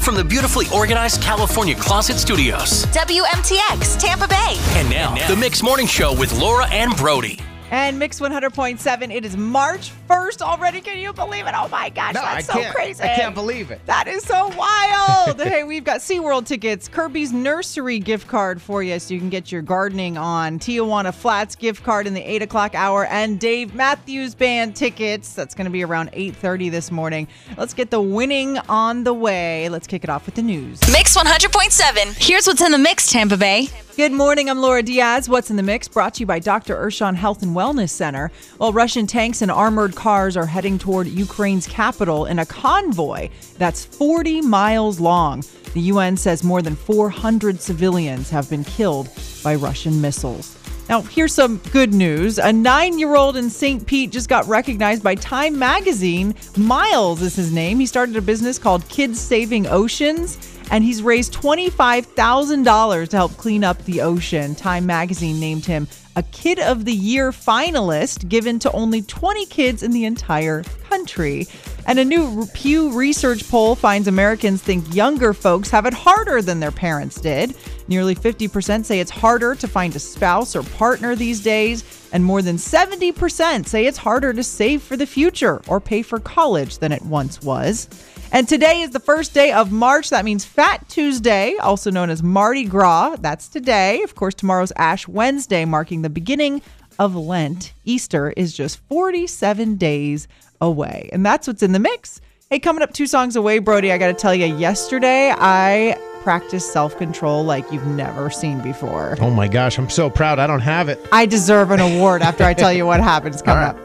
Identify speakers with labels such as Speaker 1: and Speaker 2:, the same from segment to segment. Speaker 1: from the beautifully organized California Closet Studios.
Speaker 2: WMTX, Tampa Bay.
Speaker 1: And now, the Mix Morning Show with Laura and Brody.
Speaker 3: And Mix 100.7, it is March 1st already. Can you believe it? Oh my gosh,
Speaker 4: No, I
Speaker 3: that's so
Speaker 4: can't.
Speaker 3: crazy.
Speaker 4: I can't believe it.
Speaker 3: That is so wild. hey, we've got SeaWorld tickets, Kirby's Nursery gift card for you so you can get your gardening on, Tijuana Flats gift card in the 8 o'clock hour, and Dave Matthews Band tickets. That's going to be around 8.30 this morning. Let's get the winning on the way. Let's kick it off with the news.
Speaker 2: Mix 100.7. Here's what's in the mix, Tampa Bay.
Speaker 3: Good morning. I'm Laura Diaz. What's in the mix? Brought to you by Dr. Urshan Health and Wellness Center. While Russian tanks and armored cars are heading toward Ukraine's capital in a convoy that's 40 miles long, the UN says more than 400 civilians have been killed by Russian missiles. Now, here's some good news. A nine year old in St. Pete just got recognized by Time Magazine. Miles is his name. He started a business called Kids Saving Oceans, and he's raised $25,000 to help clean up the ocean. Time Magazine named him a Kid of the Year finalist, given to only 20 kids in the entire country. And a new Pew Research poll finds Americans think younger folks have it harder than their parents did. Nearly 50% say it's harder to find a spouse or partner these days, and more than 70% say it's harder to save for the future or pay for college than it once was. And today is the first day of March. That means Fat Tuesday, also known as Mardi Gras. That's today. Of course, tomorrow's Ash Wednesday, marking the beginning of Lent. Easter is just 47 days away. And that's what's in the mix. Hey, coming up two songs away, Brody, I got to tell you, yesterday I practiced self control like you've never seen before.
Speaker 4: Oh my gosh, I'm so proud. I don't have it.
Speaker 3: I deserve an award after I tell you what happens coming up.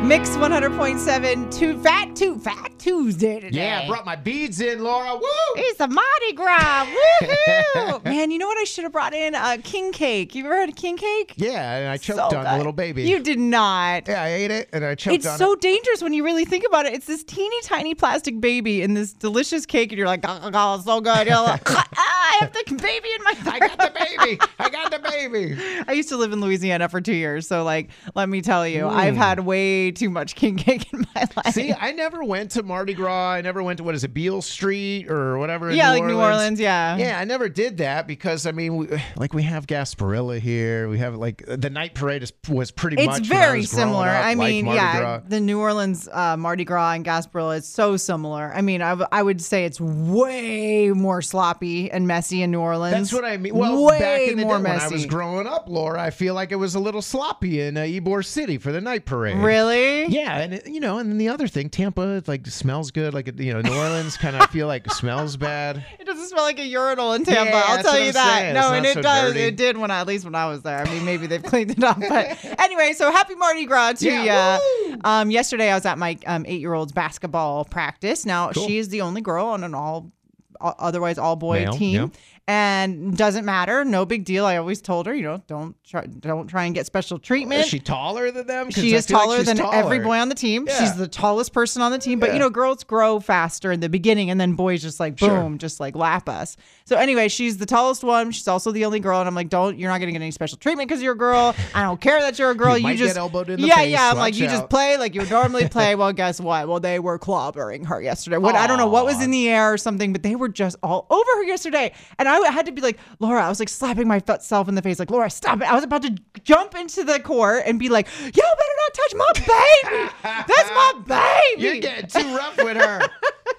Speaker 3: Mix 100.7, too fat, too fat Tuesday today.
Speaker 4: Yeah, I brought my beads in, Laura. Woo!
Speaker 3: It's the Mardi Gras. Woohoo! Man, you know what I should have brought in? Uh, king cake. You ever had a king cake?
Speaker 4: Yeah, and I
Speaker 3: So
Speaker 4: choked on
Speaker 3: good.
Speaker 4: a little baby.
Speaker 3: You did not.
Speaker 4: yeah, I ate it and I choked
Speaker 3: It's
Speaker 4: on
Speaker 3: so
Speaker 4: it.
Speaker 3: dangerous when you really think about it. It's this teeny tiny plastic baby in this delicious cake, and you're like, oh, it's so good. You're like, "Ah, I have the baby in my
Speaker 4: I got the baby. I got the baby.
Speaker 3: I used to live in Louisiana for two years, so like, let me tell you, I've had way too much king cake in my life.
Speaker 4: Hmm. See, I never went to Mardi Gras. I never went to what is it, Beale Street or whatever. in
Speaker 3: yeah, like New Orleans, yeah.
Speaker 4: Yeah, I never did that because I mean, we, like we have Gasparilla here. We have like the night parade is, was pretty
Speaker 3: It's
Speaker 4: much. when I
Speaker 3: very
Speaker 4: was growing
Speaker 3: similar.
Speaker 4: up,
Speaker 3: I
Speaker 4: like
Speaker 3: mean,
Speaker 4: Mardi
Speaker 3: yeah,
Speaker 4: Gras.
Speaker 3: the New Orleans uh, Mardi Gras and Gasparilla is so similar. I mean, I, w- I would say it's way more sloppy and messy in New Orleans.
Speaker 4: That's what I mean. Well,
Speaker 3: way
Speaker 4: back in the
Speaker 3: more
Speaker 4: day
Speaker 3: messy.
Speaker 4: when I was growing up, Laura, I feel like it was a little sloppy in uh, Ybor City for the night parade.
Speaker 3: really?
Speaker 4: Yeah, and it, you know, and then the other thing, Tampa, it, like smells good. Like it- you know, New Orleans kind of feel like smells bad.
Speaker 3: It doesn't smell like a urinal in Tampa.
Speaker 4: Yeah,
Speaker 3: I'll
Speaker 4: that's
Speaker 3: tell
Speaker 4: what
Speaker 3: you
Speaker 4: I'm
Speaker 3: that.
Speaker 4: saying. It's
Speaker 3: No,
Speaker 4: not
Speaker 3: and it
Speaker 4: so
Speaker 3: does.
Speaker 4: dirty.
Speaker 3: It did when I, at least when I was there. I mean, maybe they've cleaned it up, but anyway. So happy Mardi Gras to
Speaker 4: Yeah,
Speaker 3: you. Um, yesterday I was at my um, eight-year-old's basketball practice. Now she is the only girl on an all, o- otherwise all-boy
Speaker 4: Male,
Speaker 3: team.
Speaker 4: yeah.
Speaker 3: And doesn't matter, no big deal. I always told her, you know, don't try, don't try and get special treatment.
Speaker 4: Is she taller than them? 'Cause
Speaker 3: She
Speaker 4: I
Speaker 3: is
Speaker 4: feel like
Speaker 3: taller
Speaker 4: she's
Speaker 3: than every
Speaker 4: taller.
Speaker 3: boy on the team. She's
Speaker 4: Yeah.
Speaker 3: the tallest person on the team. But you
Speaker 4: Yeah.
Speaker 3: know, girls grow faster in the beginning, and then boys just like boom,
Speaker 4: Sure.
Speaker 3: just like lap us. So anyway, she's the tallest one. She's also the only girl, and I'm like, don't. You're not going to get any special treatment because you're a girl. I don't care that you're a girl. You,
Speaker 4: might get
Speaker 3: just
Speaker 4: elbowed in the
Speaker 3: yeah,
Speaker 4: face.
Speaker 3: yeah. I'm like,
Speaker 4: Watch
Speaker 3: you just
Speaker 4: out."
Speaker 3: play like you would normally play. well, guess what? Well, they were clobbering her yesterday. What I don't know what was in the air or something, but they were just all over her yesterday. And I had to be like, Laura, I was like slapping myself in the face, like, Laura, stop it. I was about to jump into the court and be like, you better not touch my baby. That's my baby.
Speaker 4: You're getting too rough with her.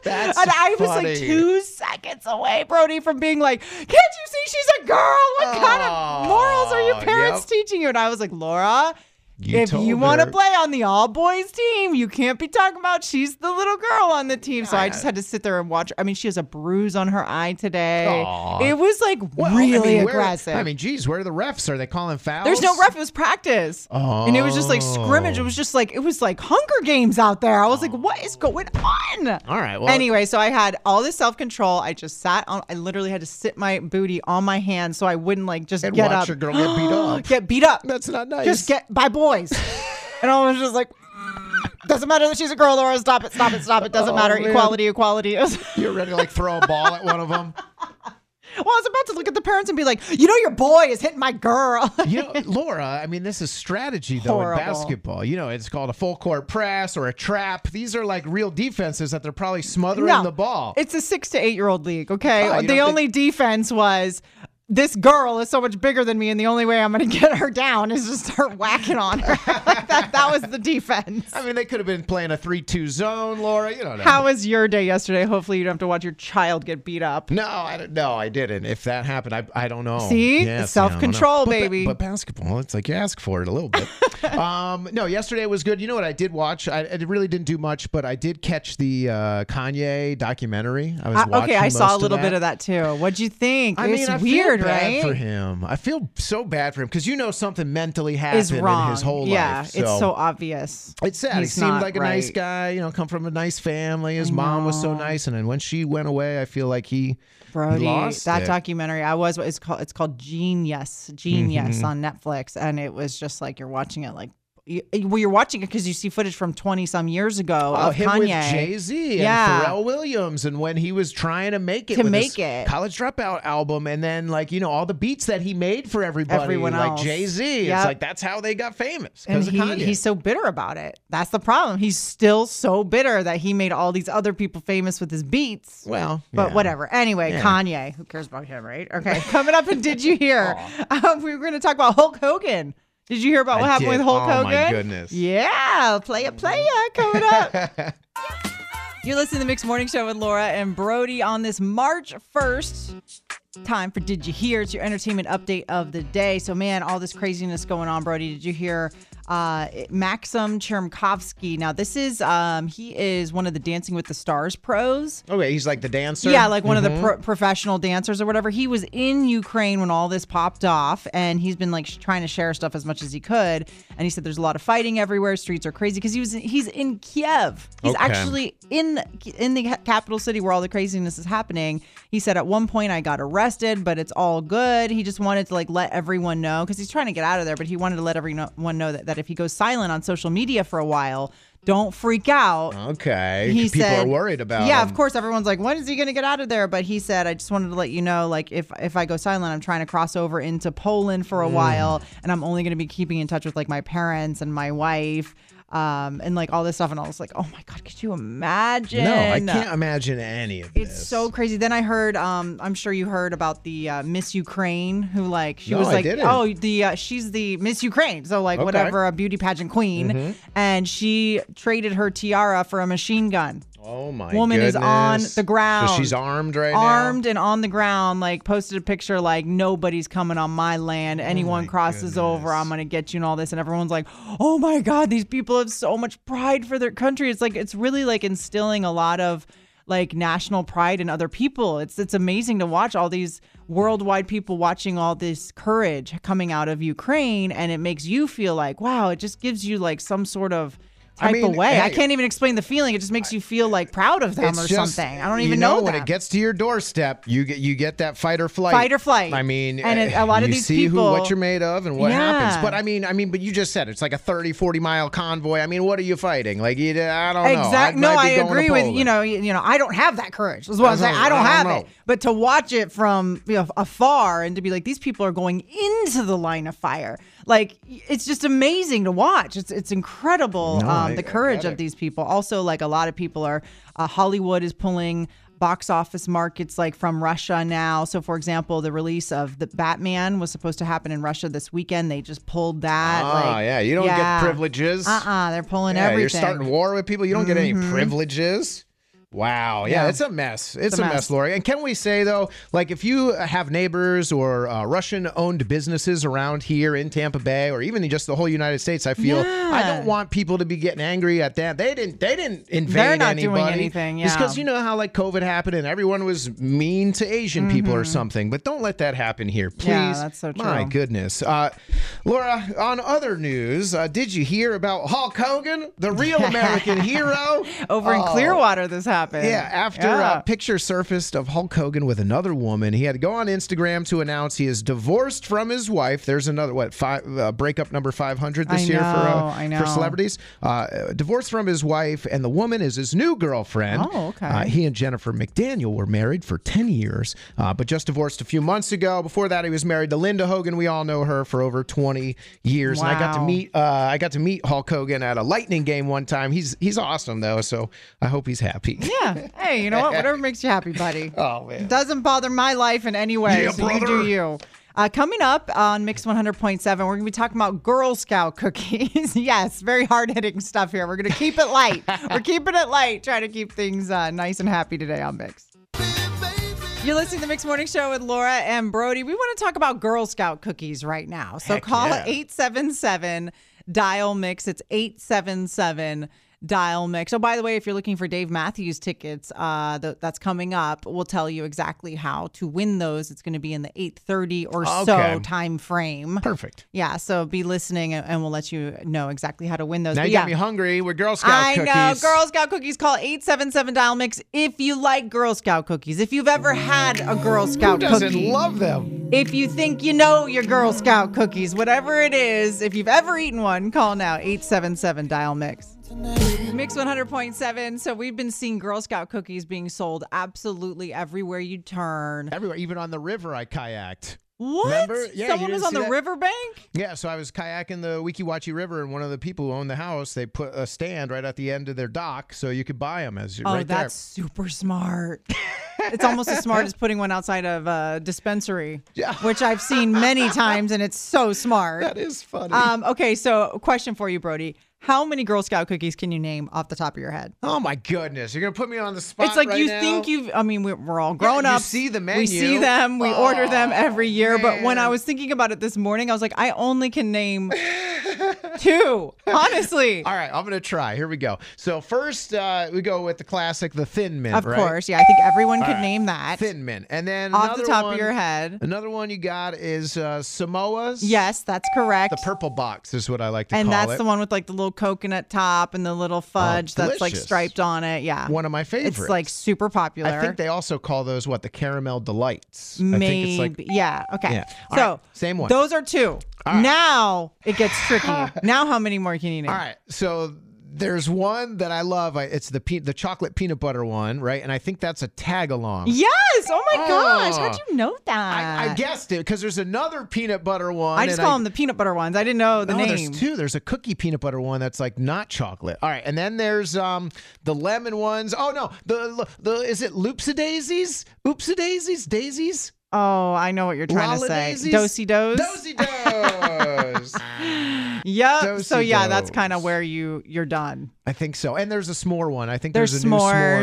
Speaker 4: That's
Speaker 3: and I was like
Speaker 4: funny.
Speaker 3: two seconds away, Brody, from being like, Can't you see she's a girl? What kind of
Speaker 4: Aw,
Speaker 3: morals are your parents
Speaker 4: yep.
Speaker 3: teaching you? And I was like, Laura,
Speaker 4: You
Speaker 3: if you
Speaker 4: told
Speaker 3: want to
Speaker 4: her.
Speaker 3: play on the all boys team, you can't be talking about she's the little girl on the team. So I just had to sit there and watch her. I mean, she has a bruise on her eye today.
Speaker 4: Aw.
Speaker 3: It was like
Speaker 4: Well, I
Speaker 3: really
Speaker 4: mean, where-
Speaker 3: aggressive.
Speaker 4: I mean, geez, where are the refs? Are they calling fouls?
Speaker 3: There's no ref. It was practice, and it was just like scrimmage. It
Speaker 4: Oh.
Speaker 3: was just like it was like Hunger Games out there. I was like, what is going on?
Speaker 4: All right. Well,
Speaker 3: anyway, so I had all this self control. I just sat on. I literally had to sit my booty on my hands so I wouldn't like just
Speaker 4: And
Speaker 3: get
Speaker 4: watch
Speaker 3: up.
Speaker 4: your girl get beat up.
Speaker 3: Get beat up.
Speaker 4: That's not nice.
Speaker 3: Just get by boys. and I was just like. Doesn't matter that she's a girl, Laura. Stop it, stop it, stop it. Doesn't
Speaker 4: Oh,
Speaker 3: matter.
Speaker 4: man.
Speaker 3: Equality, equality.
Speaker 4: You're ready to like throw a ball at one of them.
Speaker 3: Well, I was about to look at the parents and be like, you know, your boy is hitting my girl.
Speaker 4: You know, Laura, I mean, this is strategy, though,
Speaker 3: Horrible.
Speaker 4: in basketball. You know, it's called a full court press or a trap. These are like real defenses that they're probably smothering the ball.
Speaker 3: It's a six to eight year old league, okay?
Speaker 4: Oh, you don't
Speaker 3: the only defense was this girl is so much bigger than me, and the only way I'm going to get her down is just start whacking on her. Like, that, that was the defense.
Speaker 4: I mean, they could have been playing a 3 2 zone, Laura. You don't know.
Speaker 3: How was your day yesterday? Hopefully, you don't have to watch your child get beat up.
Speaker 4: no, I don't, no, I didn't. If that happened, I, I don't know.
Speaker 3: See?
Speaker 4: Yes,
Speaker 3: It's self-control,
Speaker 4: I don't know. But ba-
Speaker 3: baby.
Speaker 4: But, basketball, it's like you ask for it a little bit. um, no, yesterday was good. You know what? I did watch. I, I really didn't do much, but I did catch the uh, Kanye documentary. I was
Speaker 3: I-
Speaker 4: watching
Speaker 3: Uh, okay, I saw a
Speaker 4: most
Speaker 3: little bit of that too. What'd you think?
Speaker 4: I
Speaker 3: it's
Speaker 4: mean, I
Speaker 3: weird,
Speaker 4: feel bad
Speaker 3: right?
Speaker 4: For him, I feel so bad for him because you know something mentally happened
Speaker 3: Is wrong.
Speaker 4: in his whole
Speaker 3: yeah,
Speaker 4: life.
Speaker 3: it's so obvious.
Speaker 4: It's sad.
Speaker 3: He's
Speaker 4: he seemed
Speaker 3: not
Speaker 4: like a nice
Speaker 3: right.
Speaker 4: guy, you know, come from a nice family. His mom was so nice, and then when she went away, I feel like he
Speaker 3: Brody,
Speaker 4: lost
Speaker 3: that
Speaker 4: it.
Speaker 3: documentary I was it's called it's called Genius, Genius
Speaker 4: Mm-hmm.
Speaker 3: on Netflix, and it was just like you're watching it like you, well you're watching it because you see footage from twenty some years ago
Speaker 4: Oh,
Speaker 3: of
Speaker 4: him
Speaker 3: Kanye.
Speaker 4: with Jay Z and
Speaker 3: Yeah.
Speaker 4: Pharrell Williams, and when he was trying to make it
Speaker 3: To
Speaker 4: with
Speaker 3: make
Speaker 4: his
Speaker 3: it.
Speaker 4: college dropout album, and then like you know all the beats that he made for everybody,
Speaker 3: Everyone
Speaker 4: like
Speaker 3: else.
Speaker 4: Jay Z. It's
Speaker 3: Yep.
Speaker 4: like that's how they got famous
Speaker 3: and
Speaker 4: because of
Speaker 3: he,
Speaker 4: Kanye.
Speaker 3: he's so bitter about it. That's the problem. He's still so bitter that he made all these other people famous with his beats.
Speaker 4: well,
Speaker 3: But
Speaker 4: yeah.
Speaker 3: whatever. Anyway, Kanye, who cares about him, right? Okay. Coming up, and did you hear? Um, we were going to talk about Hulk Hogan. Did you hear about what
Speaker 4: I
Speaker 3: happened
Speaker 4: did.
Speaker 3: with Hulk
Speaker 4: Oh,
Speaker 3: Hogan?
Speaker 4: my goodness.
Speaker 3: Yeah, play it, play it. Coming up. You're listening to the Mixed Morning Show with Laura and Brody on this March 1st time for Did You Hear? It's your entertainment update of the day. So, man, all this craziness going on, Brody. Did you hear uh, Maxim Chermkovsky? Now, this is, um, he is one of the Dancing with the Stars pros.
Speaker 4: Okay, he's like the dancer. Mm-hmm.
Speaker 3: Yeah, like one of the pro- professional dancers or whatever. He was in Ukraine when all this popped off, and he's been like sh- trying to share stuff as much as he could. And he said there's a lot of fighting everywhere, streets are crazy because he was he's in Kiev. He's
Speaker 4: Okay.
Speaker 3: actually in the- in the ca- capital city where all the craziness is happening. He said at one point I got arrested, but it's all good. He just wanted to like let everyone know because he's trying to get out of there, but he wanted to let everyone know that, that if he goes silent on social media for a while. Don't freak out
Speaker 4: Okay.
Speaker 3: he
Speaker 4: People
Speaker 3: said,
Speaker 4: are worried about
Speaker 3: Yeah,
Speaker 4: him.
Speaker 3: of course, everyone's like, when is he going to get out of there? But he said, I just wanted to let you know, like, if if I go silent, I'm trying to cross over into Poland for a
Speaker 4: Mm.
Speaker 3: while, and I'm only going to be keeping in touch with like my parents and my wife. Um, and like all this stuff, and I was like, "Oh my god, could you imagine?"
Speaker 4: No, I can't imagine any of
Speaker 3: It's
Speaker 4: this.
Speaker 3: so crazy. Then I heard, um, I'm sure you heard about the uh, Miss Ukraine, who like she
Speaker 4: No,
Speaker 3: was
Speaker 4: I
Speaker 3: like,
Speaker 4: didn't.
Speaker 3: oh, the uh, she's the Miss Ukraine, so like
Speaker 4: Okay. Mm-hmm.
Speaker 3: whatever, a beauty pageant queen, and she traded her tiara for a machine gun
Speaker 4: Oh my
Speaker 3: woman is on
Speaker 4: goodness.
Speaker 3: the ground.
Speaker 4: So she's armed right
Speaker 3: armed
Speaker 4: now.
Speaker 3: and on the ground, like posted a picture like nobody's coming on my
Speaker 4: Oh
Speaker 3: land. Anyone crosses over, I'm gonna get you and all this. And everyone's like, Oh my god, these people have so much pride for their country. It's like it's really like instilling a lot of like national pride in other people. It's it's amazing to watch all these worldwide people watching all this courage coming out of Ukraine and it makes you feel like, wow, it just gives you like some sort of
Speaker 4: I
Speaker 3: type
Speaker 4: mean,
Speaker 3: of way. I
Speaker 4: hey,
Speaker 3: can't even explain the feeling. It just makes you feel like proud of them
Speaker 4: It's
Speaker 3: or
Speaker 4: just-
Speaker 3: something. I don't
Speaker 4: you
Speaker 3: even
Speaker 4: know,
Speaker 3: them.
Speaker 4: when it gets to your doorstep, you get you get that fight or flight.
Speaker 3: Fight or flight.
Speaker 4: I mean,
Speaker 3: And it-
Speaker 4: eh,
Speaker 3: a lot of
Speaker 4: you
Speaker 3: these
Speaker 4: see who
Speaker 3: people-
Speaker 4: what you're made of and what
Speaker 3: Yeah.
Speaker 4: happens. But I mean, I mean, but you just said it's like a 30, 40 mile convoy. I mean, what are you fighting? Like, you, I don't know.
Speaker 3: Exact-
Speaker 4: Oh, I'd-
Speaker 3: No,
Speaker 4: I'd
Speaker 3: I
Speaker 4: be going to
Speaker 3: agree with you
Speaker 4: Poland.
Speaker 3: know you, you know I don't have that courage. Is what I'm
Speaker 4: I
Speaker 3: saying.
Speaker 4: don't-
Speaker 3: I don't,
Speaker 4: I don't
Speaker 3: have
Speaker 4: know.
Speaker 3: it. But to watch it from you know, afar and to be like these people are going into the line of fire, like it's just amazing to watch. It's it's incredible
Speaker 4: No,
Speaker 3: um,
Speaker 4: I-
Speaker 3: the
Speaker 4: I
Speaker 3: courage
Speaker 4: get
Speaker 3: of
Speaker 4: it.
Speaker 3: these people. Also, like a lot of people are uh, Hollywood is pulling. Box office markets like from Russia now. So, for example, the release of the Batman was supposed to happen in Russia this weekend. They just pulled that.
Speaker 4: Ah,
Speaker 3: like-
Speaker 4: yeah, you don't get
Speaker 3: Yeah.
Speaker 4: privileges.
Speaker 3: Uh-uh, they're pulling
Speaker 4: Yeah,
Speaker 3: everything. Mm-hmm.
Speaker 4: you're starting war with people. You don't get any privileges. Wow. Yeah, it's a mess. It's, a, mess. Lori. And can we say though, like if you have neighbors or uh, Russian-owned businesses around here in Tampa Bay, or even just the whole United States, I feel I
Speaker 3: Yeah.
Speaker 4: don't want people to be getting angry at that. They didn't. They didn't invade
Speaker 3: not doing
Speaker 4: anybody.
Speaker 3: anything,
Speaker 4: It's
Speaker 3: yeah.
Speaker 4: because you know how like COVID happened and everyone was mean to Asian people or something. But don't let that happen here, please.
Speaker 3: Mm-hmm. Yeah, that's so
Speaker 4: My
Speaker 3: true.
Speaker 4: goodness. Uh, Laura, on other news, uh, did you hear about Hulk Hogan, the real American hero?
Speaker 3: Over in Clearwater, this happened.
Speaker 4: Oh. Yeah, after uh,
Speaker 3: Yeah.
Speaker 4: a picture surfaced of Hulk Hogan with another woman, he had to go on Instagram to announce he is divorced from his wife. There's another what five uh, breakup number 500 this
Speaker 3: I
Speaker 4: year for
Speaker 3: know,
Speaker 4: uh,
Speaker 3: I know.
Speaker 4: for celebrities. Uh, divorced from his wife, and the woman is his new girlfriend.
Speaker 3: Oh, okay.
Speaker 4: Uh, he and Jennifer McDaniel were married for 10 years, uh, but just divorced a few months ago. Before that, he was married to Linda Hogan. We all know her for over 20 years, and I got to
Speaker 3: Wow.
Speaker 4: meet uh, I got to meet Hulk Hogan at a Lightning game one time. He's he's awesome though, so I hope he's happy.
Speaker 3: Yeah. Hey, you know what? Whatever makes you happy, buddy.
Speaker 4: Oh man.
Speaker 3: Doesn't bother my life in any way.
Speaker 4: Yeah,
Speaker 3: so you do
Speaker 4: brother.
Speaker 3: you. Uh, coming up on Mix 100.7, we're going to be talking about Girl Scout cookies. yes, very hard hitting stuff here. We're going to keep it light. we're keeping it light, trying to keep things uh, nice and happy today on Mix. You're listening to the Mix Morning Show with Laura and Brody. We want to talk about Girl Scout cookies right now. So
Speaker 4: Heck
Speaker 3: call
Speaker 4: yeah.
Speaker 3: 877 Dial Mix. It's 877 Dial Mix. Oh, by the way, if you're looking for Dave Matthews tickets, uh, th- that's coming up. We'll tell you exactly how to win those. It's going to be in the 8:30 or
Speaker 4: Okay.
Speaker 3: so time frame.
Speaker 4: Perfect.
Speaker 3: Yeah, so be listening, and and we'll let you know exactly how to win those.
Speaker 4: Now
Speaker 3: But
Speaker 4: you
Speaker 3: yeah.
Speaker 4: got me hungry. We're Girl Scout
Speaker 3: I
Speaker 4: cookies.
Speaker 3: know. Girl Scout cookies. Call 877 Dial Mix if you like Girl Scout cookies. If you've ever had a Girl
Speaker 4: Who
Speaker 3: Scout
Speaker 4: doesn't
Speaker 3: cookie.
Speaker 4: love them?
Speaker 3: if you think you know your Girl Scout cookies, whatever it is, if you've ever eaten one, call now 877 Dial Mix. Mix 100.7. So we've been seeing Girl Scout cookies being sold absolutely everywhere you turn.
Speaker 4: Everywhere, even on the river, I kayaked.
Speaker 3: What?
Speaker 4: Remember? Yeah, you
Speaker 3: Someone was
Speaker 4: didn't
Speaker 3: on
Speaker 4: see
Speaker 3: the
Speaker 4: that?
Speaker 3: riverbank?
Speaker 4: Yeah, so I was kayaking the Wikiwachi River, and one of the people who owned the house, they put a stand right at the end of their dock, so you could buy them as
Speaker 3: Oh,
Speaker 4: right
Speaker 3: that's super smart. it's almost as smart as putting one outside of a dispensary,
Speaker 4: Yeah.
Speaker 3: which I've seen many times, and it's so smart.
Speaker 4: there. That is funny.
Speaker 3: Um, okay, so question for you, Brody. How many Girl Scout cookies can you name off the top of your head?
Speaker 4: oh my goodness, you're gonna put me on the spot.
Speaker 3: It's like
Speaker 4: right
Speaker 3: you
Speaker 4: now.
Speaker 3: think you've. I mean, we're, we're all grown
Speaker 4: you
Speaker 3: up.
Speaker 4: see the
Speaker 3: We see
Speaker 4: menu.
Speaker 3: them. We order them every year. But when I
Speaker 4: man.
Speaker 3: was thinking about it this morning, I was like, I only can name two. Honestly,
Speaker 4: All right, I'm gonna try. Here we go. So first, uh, we go with the classic, the Thin Mint.
Speaker 3: of
Speaker 4: right?
Speaker 3: course. Yeah, I think everyone could name that
Speaker 4: Thin Mint, and then
Speaker 3: off the
Speaker 4: another
Speaker 3: top
Speaker 4: one-
Speaker 3: of your head.
Speaker 4: Another one you got is uh, Samoa's.
Speaker 3: Yes, that's correct.
Speaker 4: The purple box is what I like to
Speaker 3: and
Speaker 4: call
Speaker 3: that's
Speaker 4: it. Oh,
Speaker 3: the one with like the little coconut top and the little fudge that's like
Speaker 4: delicious.
Speaker 3: striped on it. Yeah.
Speaker 4: One of my favorites.
Speaker 3: It's like super popular.
Speaker 4: I think they also call those what the caramel delights. I think
Speaker 3: Maybe.
Speaker 4: it's like
Speaker 3: yeah. Okay.
Speaker 4: Yeah. All
Speaker 3: So
Speaker 4: right, same one.
Speaker 3: Those are two.
Speaker 4: right.
Speaker 3: Now it gets tricky. now how many more can you name?
Speaker 4: all right. So there's one that I love. I, it's the pe- the chocolate peanut butter one, right? And I think that's a tag along.
Speaker 3: Yes. Oh my gosh.
Speaker 4: Oh.
Speaker 3: How'd you know that?
Speaker 4: I, I guessed it because there's another peanut butter one.
Speaker 3: I just
Speaker 4: and
Speaker 3: call them the peanut butter ones. I didn't know the
Speaker 4: no,
Speaker 3: name.
Speaker 4: there's two. There's a cookie peanut butter one that's like not chocolate. All right, and then there's um the lemon ones. Oh no, the the is it loopsie daisies? Oopsie daisies? Daisies?
Speaker 3: Oh, I know what you're trying to say.
Speaker 4: Daisies?
Speaker 3: Dosey dos.
Speaker 4: Dosey dos.
Speaker 3: Yep. So
Speaker 4: Dosey
Speaker 3: yeah, that's kind of
Speaker 4: dos.
Speaker 3: where you you're done.
Speaker 4: I think so. And there's a s'more one. I think
Speaker 3: There's,
Speaker 4: there's, a
Speaker 3: s'mores,
Speaker 4: new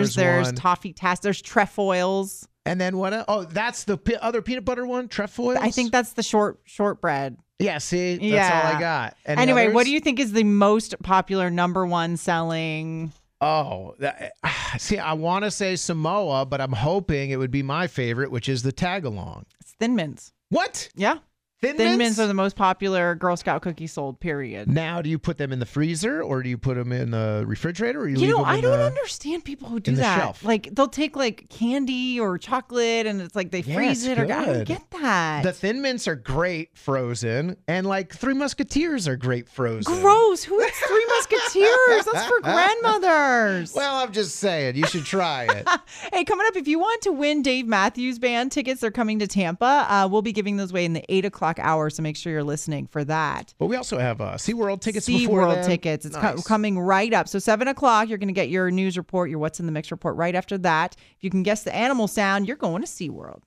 Speaker 4: s'mores
Speaker 3: There's
Speaker 4: one.
Speaker 3: toffee tasks. There's trefoils.
Speaker 4: and then what? el- Oh, that's the pe- other peanut butter one, trefoils.
Speaker 3: I think that's the short shortbread.
Speaker 4: Yeah. See, that's all
Speaker 3: Yeah.
Speaker 4: I got. Any
Speaker 3: Anyway, what
Speaker 4: others?
Speaker 3: do you think is the most popular number one selling?
Speaker 4: Oh, that, see, I want to say Samoa, but I'm hoping it would be my favorite, which is the tagalong.
Speaker 3: It's Thin Mints.
Speaker 4: What?
Speaker 3: Yeah.
Speaker 4: Thin,
Speaker 3: Thin Mints are the most popular Girl Scout cookie sold, period.
Speaker 4: Now, do you put them in the freezer, or do you put them in the refrigerator, or you,
Speaker 3: You,
Speaker 4: leave
Speaker 3: know,
Speaker 4: them
Speaker 3: I
Speaker 4: in
Speaker 3: don't
Speaker 4: the-
Speaker 3: understand people who do
Speaker 4: in the
Speaker 3: that.
Speaker 4: shelf.
Speaker 3: Like they'll take like candy or chocolate and it's like they
Speaker 4: Yeah,
Speaker 3: freeze it
Speaker 4: it's
Speaker 3: or I don't
Speaker 4: good.
Speaker 3: get that.
Speaker 4: The thin mints are great frozen, and like Three Musketeers are great frozen.
Speaker 3: Gross. Who eats three musketeers? That's for grandmothers.
Speaker 4: Well, I'm just saying, you should try it.
Speaker 3: Hey, coming up, if you want to win Dave Matthews Band tickets, they're coming to Tampa. Uh, we'll be giving those away in the eight o'clock hour, so make sure you're listening for that.
Speaker 4: But we also have uh, SeaWorld tickets before
Speaker 3: SeaWorld
Speaker 4: then.
Speaker 3: tickets. It's co-
Speaker 4: Nice.
Speaker 3: coming right up. So, 7 o'clock, you're going to get your news report, your What's in the Mix report right after that. If you can guess the animal sound, you're going to SeaWorld.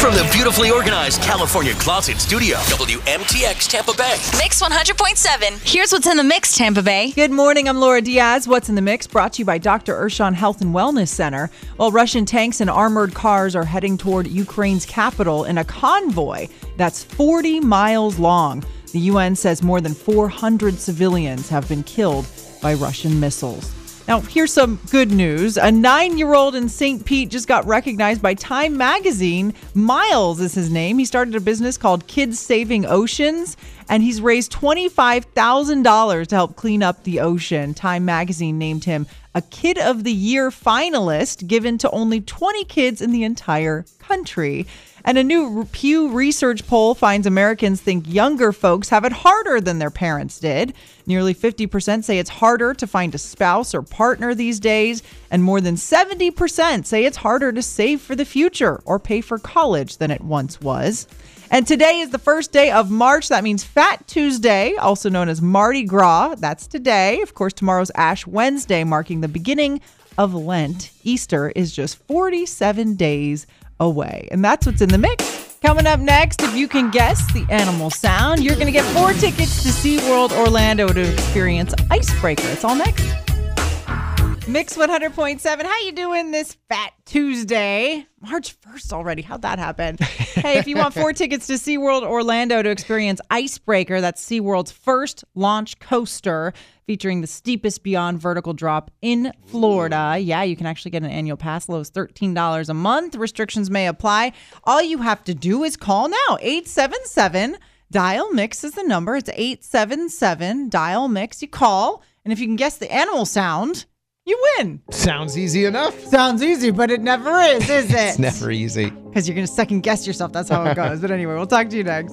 Speaker 1: From the beautifully organized California Closet Studio, WMTX Tampa Bay.
Speaker 2: Mix 100.7. Here's what's in the mix, Tampa Bay.
Speaker 5: Good morning. I'm Laura Diaz. What's in the mix? Brought to you by Dr. Urshan Health and Wellness Center. While Russian tanks and armored cars are heading toward Ukraine's capital in a convoy that's 40 miles long, the UN says more than 400 civilians have been killed by Russian missiles. Now, here's some good news. A nine year old in St. Pete just got recognized by Time Magazine. Miles is his name. He started a business called Kids Saving Oceans,
Speaker 3: and he's raised $25,000 to help clean up the ocean. Time magazine named him a Kid of the Year finalist, given to only 20 kids in the entire country. And a new Pew Research poll finds Americans think younger folks have it harder than their parents did. Nearly 50% say it's harder to find a spouse or partner these days, and more than 70% say it's harder to save for the future or pay for college than it once was. And today is the first day of March. That means Fat Tuesday, also known as Mardi Gras. That's today. Of course, tomorrow's Ash Wednesday, marking the beginning of Lent. Easter is just 47 days away. And that's what's in the mix. Coming up next, if you can guess the animal sound, you're going to get four tickets to SeaWorld Orlando to experience Icebreaker. It's all next.
Speaker 6: Mix 100.7. How you doing this Fat Tuesday? March 1st already. How'd that happen?
Speaker 3: hey, if you want four tickets to SeaWorld Orlando to experience Icebreaker, that's SeaWorld's first launch coaster featuring the steepest beyond vertical drop in Florida. Yeah, you can actually get an annual pass, low as $13 a month. Restrictions may apply. All you have to do is call now 877 Dial Mix is the number. It's 877 Dial Mix. You call, and if you can guess the animal sound, you win.
Speaker 4: Sounds easy enough.
Speaker 6: Sounds easy, but it never is, is it?
Speaker 4: It's never easy.
Speaker 6: Because you're going to second guess yourself. That's how it goes. But anyway, we'll talk to you next.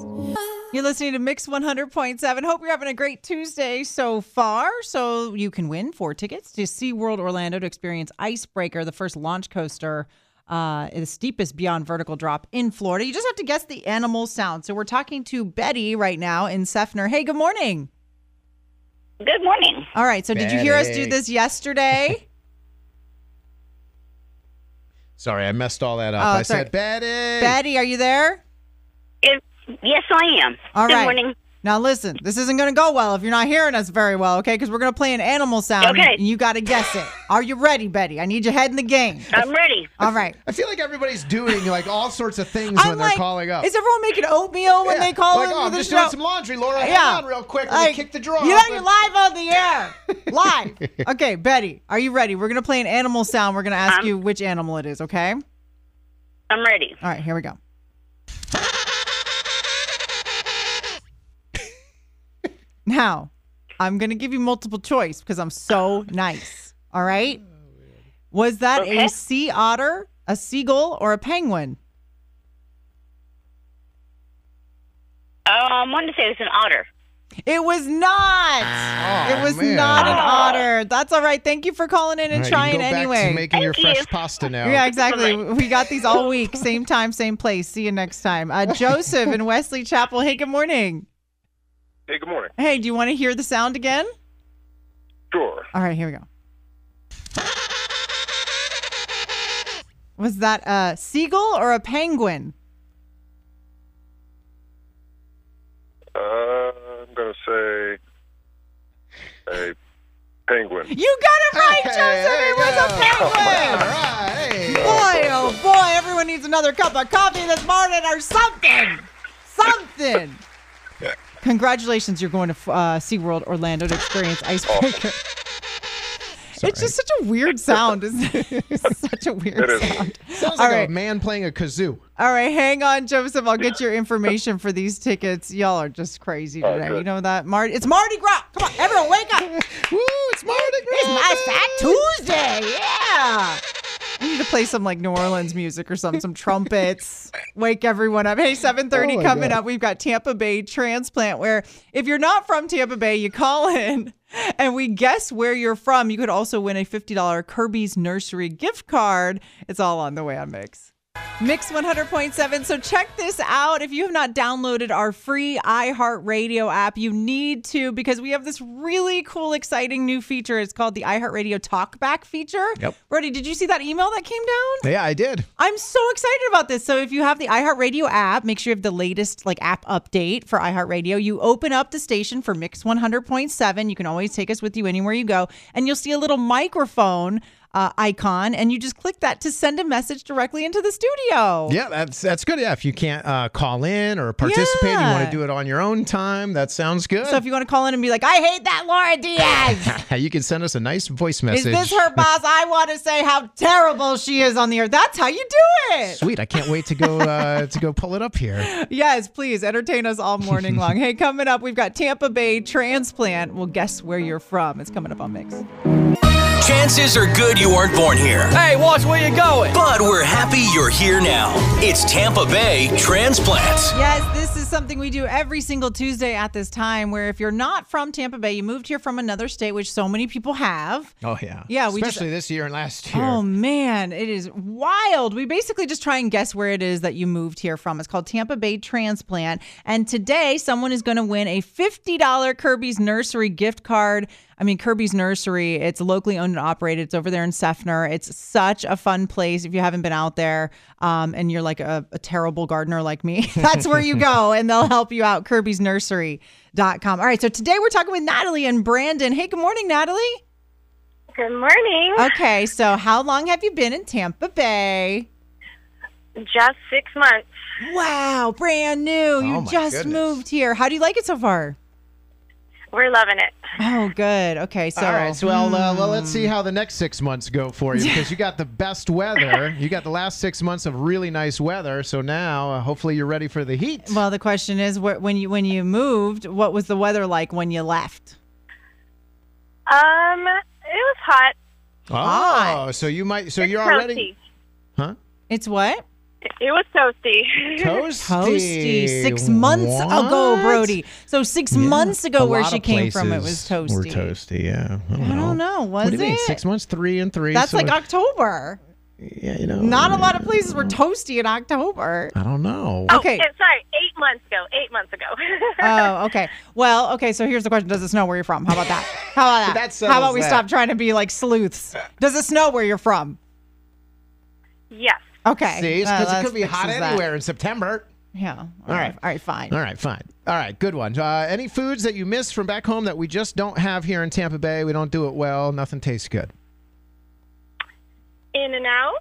Speaker 3: You're listening to Mix 100.7. Hope you're having a great Tuesday so far. So you can win four tickets to SeaWorld Orlando to experience Icebreaker, the first launch coaster, uh, the steepest beyond vertical drop in Florida. You just have to guess the animal sound. So we're talking to Betty right now in Sefner. Hey, good morning.
Speaker 7: Good morning.
Speaker 3: All right. So did you hear us do
Speaker 4: Betty.
Speaker 3: this yesterday?
Speaker 4: Sorry, I messed all that up.
Speaker 3: Oh,
Speaker 4: I
Speaker 3: sorry.
Speaker 4: said Betty.
Speaker 3: Betty, are you there?
Speaker 7: It, yes, I am.
Speaker 3: All
Speaker 7: Good
Speaker 3: right.
Speaker 7: morning.
Speaker 3: Now listen, this isn't going to go well if you're not hearing us very well, okay? Because we're going to play an animal sound,
Speaker 7: Okay.
Speaker 3: and you got to guess it. Are you ready, Betty? I need your head in the game.
Speaker 7: I'm ready.
Speaker 3: All right.
Speaker 4: I feel like everybody's doing like all sorts of things
Speaker 3: I'm
Speaker 4: when
Speaker 3: like,
Speaker 4: they're calling up.
Speaker 3: Is everyone making oatmeal when
Speaker 4: Yeah,
Speaker 3: they call
Speaker 4: like,
Speaker 3: in
Speaker 4: oh,
Speaker 3: for
Speaker 4: I'm
Speaker 3: the
Speaker 4: just
Speaker 3: show?
Speaker 4: doing some laundry, Laura. Hang on real quick. Let me
Speaker 3: Like,
Speaker 4: kick the drawer.
Speaker 3: You know
Speaker 4: open.
Speaker 3: you're live on the air, live. okay, Betty, are you ready? We're gonna play an animal sound. We're gonna ask
Speaker 7: I'm-
Speaker 3: you which animal it is. Okay. All
Speaker 7: I'm ready.
Speaker 3: right, here we go. Now, I'm gonna give you multiple choice because I'm so nice. All right. Was that
Speaker 7: Okay.
Speaker 3: a sea otter, a seagull, or a penguin?
Speaker 7: Um, I wanted to say it was an otter.
Speaker 3: It was not.
Speaker 4: Ah,
Speaker 3: it was
Speaker 4: man.
Speaker 3: not an otter. That's all right. Thank you for calling in
Speaker 4: All
Speaker 3: and
Speaker 4: right, you
Speaker 3: trying
Speaker 4: can go
Speaker 3: anyway.
Speaker 4: Back to making your
Speaker 7: Thank you.
Speaker 4: fresh pasta now.
Speaker 3: yeah, exactly.
Speaker 7: Bye-bye.
Speaker 3: We got these all week. Same time, same place. See you next time. Uh, Joseph in Wesley Chapel. Hey, good morning.
Speaker 8: Hey, good morning.
Speaker 3: Hey, do you want to hear the sound again?
Speaker 8: Sure.
Speaker 3: All right, here we go. Was that a seagull or a penguin?
Speaker 8: Uh, I'm going to say a penguin.
Speaker 3: You got it right,
Speaker 4: Hey,
Speaker 3: Joseph.
Speaker 4: there
Speaker 3: It was a
Speaker 4: you go.
Speaker 3: penguin.
Speaker 4: All right.
Speaker 3: Boy, oh boy, everyone needs another cup of coffee this morning or something. Something. Congratulations, you're going to uh, SeaWorld Orlando to experience
Speaker 4: Oh,
Speaker 3: Icebreaker. It's just such a weird sound, isn't it? It's such a weird
Speaker 8: It is.
Speaker 3: sound.
Speaker 4: Sounds
Speaker 3: All
Speaker 4: like
Speaker 3: right.
Speaker 4: a man playing a kazoo.
Speaker 3: All right, hang on, Joseph. I'll get your information for these tickets. Y'all are just crazy
Speaker 8: Oh,
Speaker 3: today.
Speaker 8: good.
Speaker 3: You know that? Marty, it's Mardi Gras. Come on, everyone, wake up.
Speaker 4: Woo, it's Mardi Gras.
Speaker 3: It's my
Speaker 4: baby.
Speaker 3: Fat Tuesday. Yeah. We need to play some like New Orleans music or something, some trumpets. Wake everyone up. Hey, 7:30
Speaker 4: Oh, my
Speaker 3: coming
Speaker 4: God.
Speaker 3: up. We've got Tampa Bay transplant where if you're not from Tampa Bay, you call in and we guess where you're from. You could also win a $50 Kirby's Nursery gift card. It's all on the way on Mix. Mix 100.7. So check this out. If you have not downloaded our free iHeartRadio app, you need to because we have this really cool, exciting new feature. It's called the iHeartRadio Talkback feature.
Speaker 4: Yep.
Speaker 3: Brody, did you see that email that came down?
Speaker 4: Yeah, I did.
Speaker 3: I'm so excited about this. So if you have the iHeartRadio app, make sure you have the latest like app update for iHeartRadio. You open up the station for Mix 100.7. You can always take us with you anywhere you go, and you'll see a little microphone uh, icon, and you just click that to send a message directly into the studio.
Speaker 4: Yeah, that's that's good. Yeah, if you can't uh, call in or participate, you want
Speaker 3: Yeah.
Speaker 4: to do it on your own time. That sounds good.
Speaker 3: So if you want to call in and be like, I hate that Laura Diaz.
Speaker 4: you can send us a nice voice
Speaker 3: Is
Speaker 4: message.
Speaker 3: this her boss? I want to say how terrible she is on the air. That's how you do it.
Speaker 4: Sweet, I can't wait to go uh, to go pull it up here.
Speaker 3: Yes, please entertain us all morning long. hey, coming up, we've got Tampa Bay transplant. Well, guess where you're from. It's coming up on Mix.
Speaker 1: Chances are good you weren't born here. Hey, watch where you're going. But we're happy you're here now. It's Tampa Bay Transplants.
Speaker 3: Yes, this is something we do every single Tuesday at this time where if you're not from Tampa Bay, you moved here from another state, which so many people have.
Speaker 4: Oh yeah,
Speaker 3: Yeah, we just-
Speaker 4: especially this year and last year.
Speaker 3: Oh man, it is wild. We basically just try and guess where it is that you moved here from. It's called Tampa Bay Transplant. And today someone is going to win a $50 Kirby's Nursery gift card. I mean, Kirby's Nursery, it's locally owned and operated. It's over there in Seffner. It's such a fun place. If you haven't been out there um, and you're like a, a terrible gardener like me, that's where you go and they'll help you out. Kirby's Nursery.com. All right. So today we're talking with Natalie and Brandon. Hey, good morning, Natalie.
Speaker 7: Good morning.
Speaker 3: Okay, so how long have you been in Tampa Bay?
Speaker 7: Just six months.
Speaker 3: Wow, brand new. You
Speaker 4: Oh, my
Speaker 3: just
Speaker 4: goodness.
Speaker 3: moved here. How do you like it so far?
Speaker 7: We're loving it.
Speaker 3: Oh, good. Okay, so
Speaker 4: All right, so well, uh, well, let's see how the next six months go for you because you got the best weather. You got the last six months of really nice weather, so now uh, hopefully you're ready for the heat.
Speaker 3: well, the question is wh- when you when you moved, what was the weather like when you left?
Speaker 7: Um, it was hot.
Speaker 4: oh, so you might, so you're already, huh?
Speaker 3: It's what?
Speaker 7: Toasty. It was toasty.
Speaker 4: Toasty.
Speaker 3: Toasty. 6 months ago,
Speaker 4: What?
Speaker 3: Brody. So 6
Speaker 4: Yeah.
Speaker 3: months ago
Speaker 4: A
Speaker 3: where
Speaker 4: lot
Speaker 3: she
Speaker 4: of
Speaker 3: came from it was
Speaker 4: places
Speaker 3: toasty.
Speaker 4: Were toasty, yeah. I don't
Speaker 3: I
Speaker 4: know.
Speaker 3: don't know. Was
Speaker 4: What do you
Speaker 3: it?
Speaker 4: mean? Six months, three and three.
Speaker 3: That's
Speaker 4: so
Speaker 3: like
Speaker 4: it-
Speaker 3: October.
Speaker 4: yeah, you know.
Speaker 3: Not a lot of places were toasty in October.
Speaker 4: I don't know.
Speaker 3: Okay.
Speaker 7: Oh, sorry, eight months ago. Eight months ago.
Speaker 3: Oh, okay. Well, okay. So here's the question: Does it snow where you're from? How about that? How about that?
Speaker 4: That settles
Speaker 3: How about we
Speaker 4: that.
Speaker 3: stop trying to be like sleuths? Does it snow where you're from?
Speaker 7: yes.
Speaker 3: Okay.
Speaker 4: See,
Speaker 3: Uh,
Speaker 4: because
Speaker 3: that
Speaker 4: it could be
Speaker 3: fixes
Speaker 4: hot
Speaker 3: that.
Speaker 4: anywhere in September.
Speaker 3: Yeah. All
Speaker 4: right.
Speaker 3: All right. Fine.
Speaker 4: All right, fine. All right, good one. Uh, any foods that you miss from back home that we just don't have here in Tampa Bay? We don't do it well. Nothing tastes good.
Speaker 7: In and out.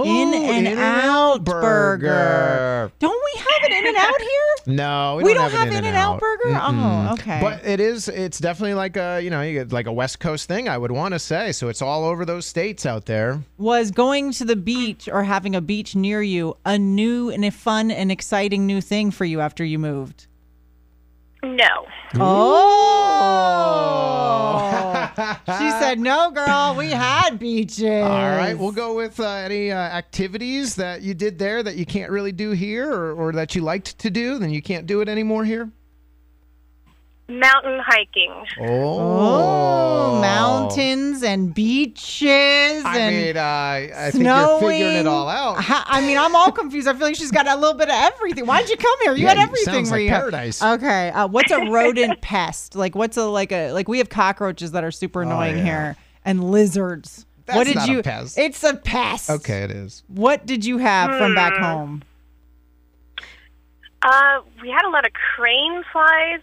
Speaker 4: Oh,
Speaker 3: In and Out burger. Don't we have an In and Out here?
Speaker 4: No, we,
Speaker 3: we
Speaker 4: don't,
Speaker 3: have
Speaker 4: an
Speaker 3: In and
Speaker 4: In-N-Out.
Speaker 3: Out burger. Oh, okay.
Speaker 4: But it is. It's definitely like a you know you get like a West Coast thing. I would want to say so. It's all over those states out there.
Speaker 3: Was going to the beach or having a beach near you a new and a fun and exciting new thing for you after you moved?
Speaker 7: No.
Speaker 3: Oh. she said, no, girl, we had beaches.
Speaker 4: All right, we'll go with uh, any uh, activities that you did there that you can't really do here, or, or that you liked to do, then you can't do it anymore here.
Speaker 7: Mountain hiking.
Speaker 3: Oh, mountains and beaches
Speaker 4: I
Speaker 3: and
Speaker 4: mean, uh, I think
Speaker 3: snowing.
Speaker 4: you're figuring it all out.
Speaker 3: Ha- I mean, I'm all confused. I feel like she's got a little bit of everything. Why'd you come here? You
Speaker 4: Yeah,
Speaker 3: had
Speaker 4: you-
Speaker 3: everything
Speaker 4: sounds
Speaker 3: where
Speaker 4: like
Speaker 3: you
Speaker 4: paradise.
Speaker 3: Okay, uh, what's a rodent pest? Like, what's a like a like we have cockroaches that are super annoying
Speaker 4: Oh, yeah.
Speaker 3: here and lizards. what
Speaker 4: That's
Speaker 3: did
Speaker 4: not a
Speaker 3: you?
Speaker 4: pest.
Speaker 3: It's a pest.
Speaker 4: Okay, it is.
Speaker 3: What did you have from back home?
Speaker 7: Uh, we had a lot of crane flies.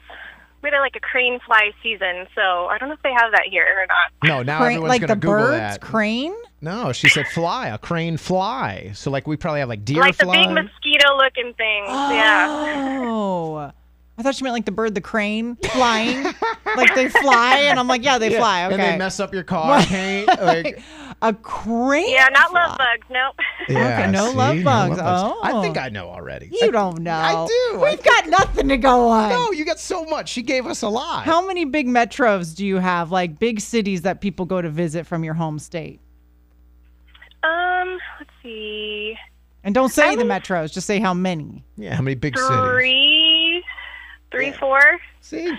Speaker 7: We had like a crane fly season, so I don't know if they have that here or not.
Speaker 4: No, now
Speaker 3: Crane,
Speaker 4: everyone's
Speaker 3: like
Speaker 4: gonna
Speaker 3: the
Speaker 4: Google
Speaker 3: birds,
Speaker 4: that.
Speaker 3: crane.
Speaker 4: no, she said fly, a crane fly. So like we probably have like deer
Speaker 7: like the
Speaker 4: fly.
Speaker 7: big mosquito-looking things. Yeah.
Speaker 3: Oh. I thought you meant like the bird, the crane, flying. like they fly, and I'm like, yeah, they fly.
Speaker 4: And they
Speaker 3: Okay.
Speaker 4: mess up your car paint. Like,
Speaker 3: a crane.
Speaker 7: Yeah, not love bugs. Nope.
Speaker 4: yeah,
Speaker 3: Okay, no
Speaker 4: see?
Speaker 3: love bugs.
Speaker 4: I
Speaker 3: Oh.
Speaker 4: think I know already.
Speaker 3: You don't know.
Speaker 4: I do. I
Speaker 3: We've got nothing to go on.
Speaker 4: No, you got so much. She gave us a lot.
Speaker 3: How many big metros do you have? Like big cities that people go to visit from your home state?
Speaker 7: Um, let's see.
Speaker 3: And don't say the metros. Just say how many.
Speaker 4: yeah, how many big cities?
Speaker 7: Three, three, four.
Speaker 4: See?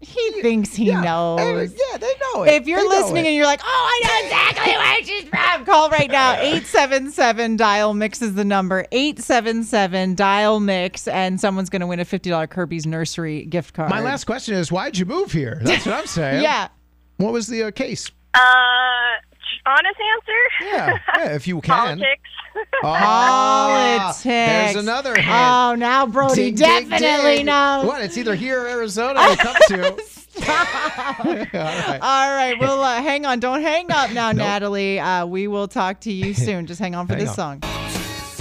Speaker 3: He thinks he knows.
Speaker 4: Yeah, they know it.
Speaker 3: If you're listening and you're like, oh, I know exactly where she's from, call right now. 877 Dial Mix is the number. 877 Dial Mix, and someone's going to win a $50 Kirby's Nursery gift card.
Speaker 4: My last question is, why'd you move here? That's what I'm saying.
Speaker 3: Yeah.
Speaker 4: What was the uh, case?
Speaker 7: Uh, honest answer.
Speaker 4: Yeah, yeah, if you can.
Speaker 7: Politics.
Speaker 4: Ah,
Speaker 3: Politics.
Speaker 4: There's another hint.
Speaker 3: Oh, now Brody
Speaker 4: Ding, ding,
Speaker 3: definitely
Speaker 4: ding.
Speaker 3: knows.
Speaker 4: What? It's either here or Arizona. It's up to.
Speaker 3: All right. Well, uh, hang on. Don't hang up now, Natalie. Uh, we will talk to you soon. Just hang on for
Speaker 4: Hang
Speaker 3: this
Speaker 4: on.
Speaker 3: song.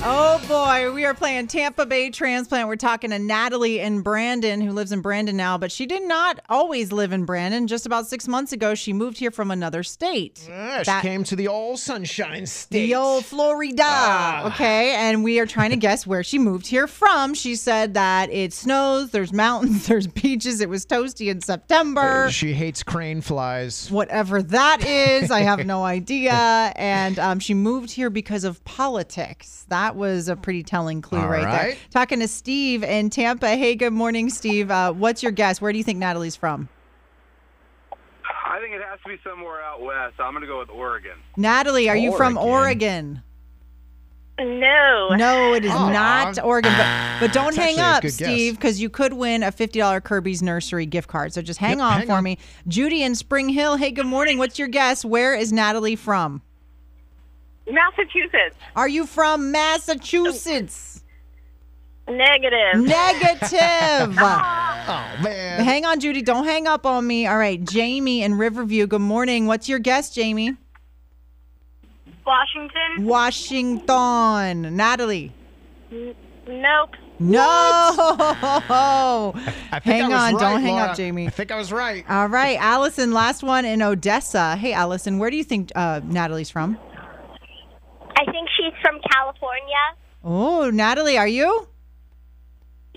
Speaker 3: Oh boy, we are playing Tampa Bay Transplant. We're talking to Natalie and Brandon, who lives in Brandon now, but she did not always live in Brandon. Just about six months ago, she moved here from another state.
Speaker 4: Ah, she
Speaker 3: That-
Speaker 4: came to the old sunshine state. Ah.
Speaker 3: The old Florida. Okay. And we are trying to guess where she moved here from. She said that it snows, there's mountains, there's beaches. It was toasty in September.
Speaker 4: She hates crane flies.
Speaker 3: Whatever that is, I have no idea. And um, she moved here because of politics. That was a pretty telling clue
Speaker 4: All
Speaker 3: right, there.
Speaker 4: right.
Speaker 3: Talking to Steve in Tampa. Hey, good morning, Steve. Uh, what's your guess? Where do you think Natalie's from?
Speaker 8: I think it has to be somewhere out west. I'm going to go with Oregon.
Speaker 3: Natalie, are you from
Speaker 4: Oregon.
Speaker 3: Oregon?
Speaker 7: No.
Speaker 3: No, it is not
Speaker 4: Aw.
Speaker 3: Oregon. But, but don't
Speaker 4: That's
Speaker 3: hang
Speaker 4: actually a
Speaker 3: up,
Speaker 4: good guess.
Speaker 3: Steve, because you could win a $50 Kirby's Nursery gift card. So just hang
Speaker 4: Yep,
Speaker 3: on
Speaker 4: hang
Speaker 3: for
Speaker 4: on.
Speaker 3: me. Judy in Spring Hill, hey, good morning. What's your guess? Where is Natalie from?
Speaker 7: Massachusetts.
Speaker 3: Are you from Massachusetts? Mm.
Speaker 7: Negative.
Speaker 3: Negative.
Speaker 4: Oh man.
Speaker 3: hang on, Judy. Don't hang up on me. All right, Jamie in Riverview, good morning. What's your guess, Jamie?
Speaker 7: Washington.
Speaker 3: Washington. Natalie.
Speaker 7: Nope.
Speaker 3: No.
Speaker 4: I think I
Speaker 3: hang
Speaker 4: was
Speaker 3: on.
Speaker 4: right,
Speaker 3: Don't hang
Speaker 4: Laura.
Speaker 3: up, Jamie.
Speaker 4: I think I was right.
Speaker 3: All right, Allison, last one in Odessa. Hey, Allison, where do you think uh, Natalie's from?
Speaker 9: I think she's from California.
Speaker 3: Oh, Natalie, are you?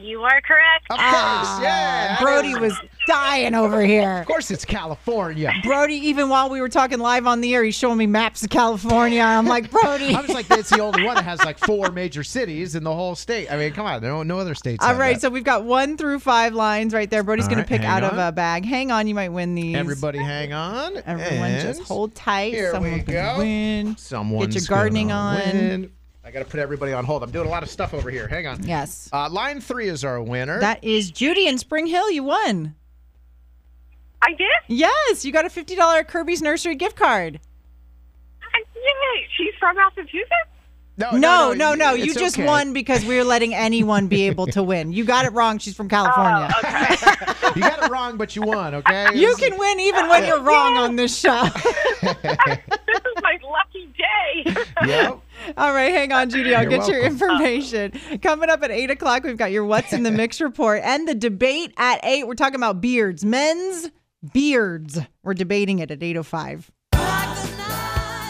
Speaker 7: You are correct.
Speaker 3: Uh,
Speaker 4: Of course, yeah. I
Speaker 3: Brody
Speaker 4: know.
Speaker 3: was dying over here.
Speaker 4: Of course, it's California.
Speaker 3: Brody, even while we were talking live on the air, he's showing me maps of California. I'm like, Brody.
Speaker 4: I was like, that's the only one that has like four major cities in the whole state. I mean, come on, no, no other states.
Speaker 3: All
Speaker 4: have
Speaker 3: right,
Speaker 4: that.
Speaker 3: so we've got one through five lines right there. Brody's
Speaker 4: All
Speaker 3: going
Speaker 4: right,
Speaker 3: to pick
Speaker 4: hang
Speaker 3: out of
Speaker 4: on.
Speaker 3: a bag. Hang on, you might win these.
Speaker 4: everybody, hang on.
Speaker 3: Everyone
Speaker 4: and
Speaker 3: just hold tight.
Speaker 4: Here
Speaker 3: Someone
Speaker 4: we
Speaker 3: can
Speaker 4: go.
Speaker 3: win.
Speaker 4: Someone's
Speaker 3: Get your gardening
Speaker 4: gonna
Speaker 3: on.
Speaker 4: win. I got to put everybody on hold. I'm doing a lot of stuff over here. Hang on.
Speaker 3: Yes.
Speaker 4: Uh, line three is our winner.
Speaker 3: That is Judy in Spring Hill. You won.
Speaker 7: I did?
Speaker 3: Yes, you got a $50 Kirby's Nursery gift card.
Speaker 7: I did. She's from Massachusetts?
Speaker 4: Oh, no,
Speaker 3: No, no, no. You
Speaker 4: it's
Speaker 3: just
Speaker 4: okay.
Speaker 3: won because we're letting anyone be able to win. You got it wrong. She's from California.
Speaker 4: Oh, You got it wrong, but you won. Okay.
Speaker 3: You can win even when you're wrong on this show.
Speaker 7: This is my lucky day.
Speaker 4: Yep.
Speaker 3: All right, hang on, Judy. I'll
Speaker 4: You're
Speaker 3: get your
Speaker 4: welcome.
Speaker 3: information. Coming up at 8 o'clock, we've got your What's in the Mix report and the debate at 8. We're talking about beards, men's beards. We're debating it at 8.05.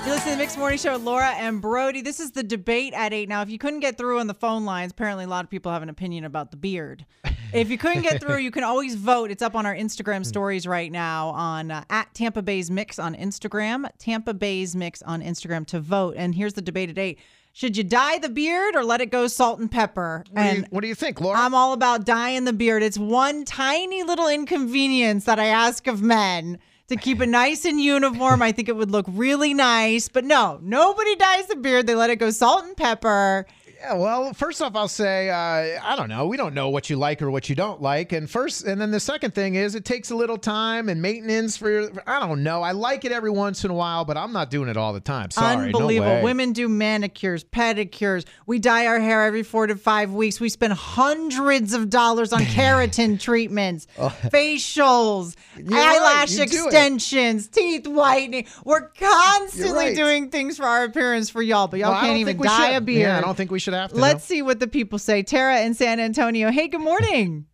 Speaker 3: You listen to the Mixed Morning Show with Laura and Brody. This is the debate at eight. Now, if you couldn't get through on the phone lines, apparently a lot of people have an opinion about the beard. If you couldn't get through, you can always vote. It's up on our Instagram stories right now on uh, at Tampa Bay's Mix on Instagram, Tampa Bay's Mix on Instagram to vote. And here's the debate at eight: Should you dye the beard or let it go salt and pepper?
Speaker 4: What do, you,
Speaker 3: and
Speaker 4: what do you think, Laura?
Speaker 3: I'm all about dyeing the beard. It's one tiny little inconvenience that I ask of men to keep it nice and uniform. I think it would look really nice, but no, nobody dyes the beard. They let it go salt and pepper.
Speaker 4: Yeah, well, first off, I'll say uh, I don't know. We don't know what you like or what you don't like, and first, and then the second thing is it takes a little time and maintenance for. Your, I don't know. I like it every once in a while, but I'm not doing it all the time. Sorry,
Speaker 3: Unbelievable.
Speaker 4: No way.
Speaker 3: Women do manicures, pedicures. We dye our hair every four to five weeks. We spend hundreds of dollars on keratin treatments, facials,
Speaker 4: Oh. right,
Speaker 3: eyelash
Speaker 4: you do it.
Speaker 3: extensions, teeth whitening. We're constantly
Speaker 4: right.
Speaker 3: doing things for our appearance for y'all, but y'all
Speaker 4: Well, I
Speaker 3: can't
Speaker 4: don't
Speaker 3: even
Speaker 4: think we
Speaker 3: dye
Speaker 4: should.
Speaker 3: a beard.
Speaker 4: Yeah, I don't think we should have to. no.
Speaker 3: Let's see what the people say. Tara in San Antonio. Hey, good morning.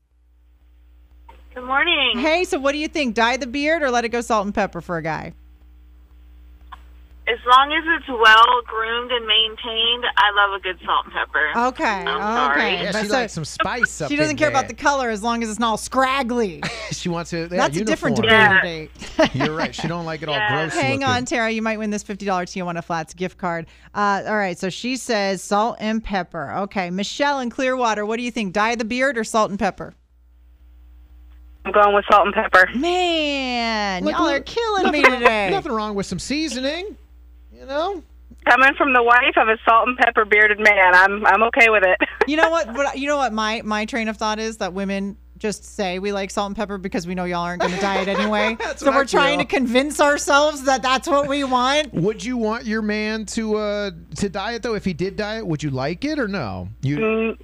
Speaker 7: Good morning.
Speaker 3: hey, so what do you think? Dye the beard or let it go salt and pepper for a guy?
Speaker 7: As long as it's well groomed and maintained, I love a good salt and pepper.
Speaker 3: Okay.
Speaker 7: I'm sorry.
Speaker 3: okay.
Speaker 4: Yeah,
Speaker 3: But
Speaker 4: she
Speaker 3: so-
Speaker 4: likes some spice. Up
Speaker 3: she doesn't
Speaker 4: in
Speaker 3: care about the
Speaker 4: there.
Speaker 3: color as long as it's not all scraggly.
Speaker 4: She wants to. Yeah,
Speaker 3: That's a
Speaker 4: uniform.
Speaker 3: different debate.
Speaker 7: Yeah.
Speaker 3: debate.
Speaker 4: You're right. She don't like it all
Speaker 7: Yeah.
Speaker 4: gross.
Speaker 3: Hang
Speaker 4: looking.
Speaker 3: on, Tara. You might win this $50 Tijuana Flats gift card. Uh, all right. So she says salt and pepper. Okay. Michelle in Clearwater, what do you think? Dye the beard or salt and pepper?
Speaker 7: I'm going with salt and pepper.
Speaker 3: Man,
Speaker 4: Look,
Speaker 3: y'all are
Speaker 4: look,
Speaker 3: killing me
Speaker 4: nothing,
Speaker 3: today.
Speaker 4: Nothing wrong with some seasoning. You know.
Speaker 7: Coming from the wife of a salt and pepper bearded man, I'm I'm okay with it.
Speaker 3: You know what? But you know what? My my train of thought is that women just say we like salt and pepper because we know y'all aren't going to dye it anyway.
Speaker 4: That's
Speaker 3: so
Speaker 4: what I
Speaker 3: we're trying to
Speaker 4: feel.
Speaker 3: convince ourselves that that's what we want.
Speaker 4: Would you want your man to uh to diet though? If he did diet, would you like it or no? You
Speaker 7: Mm,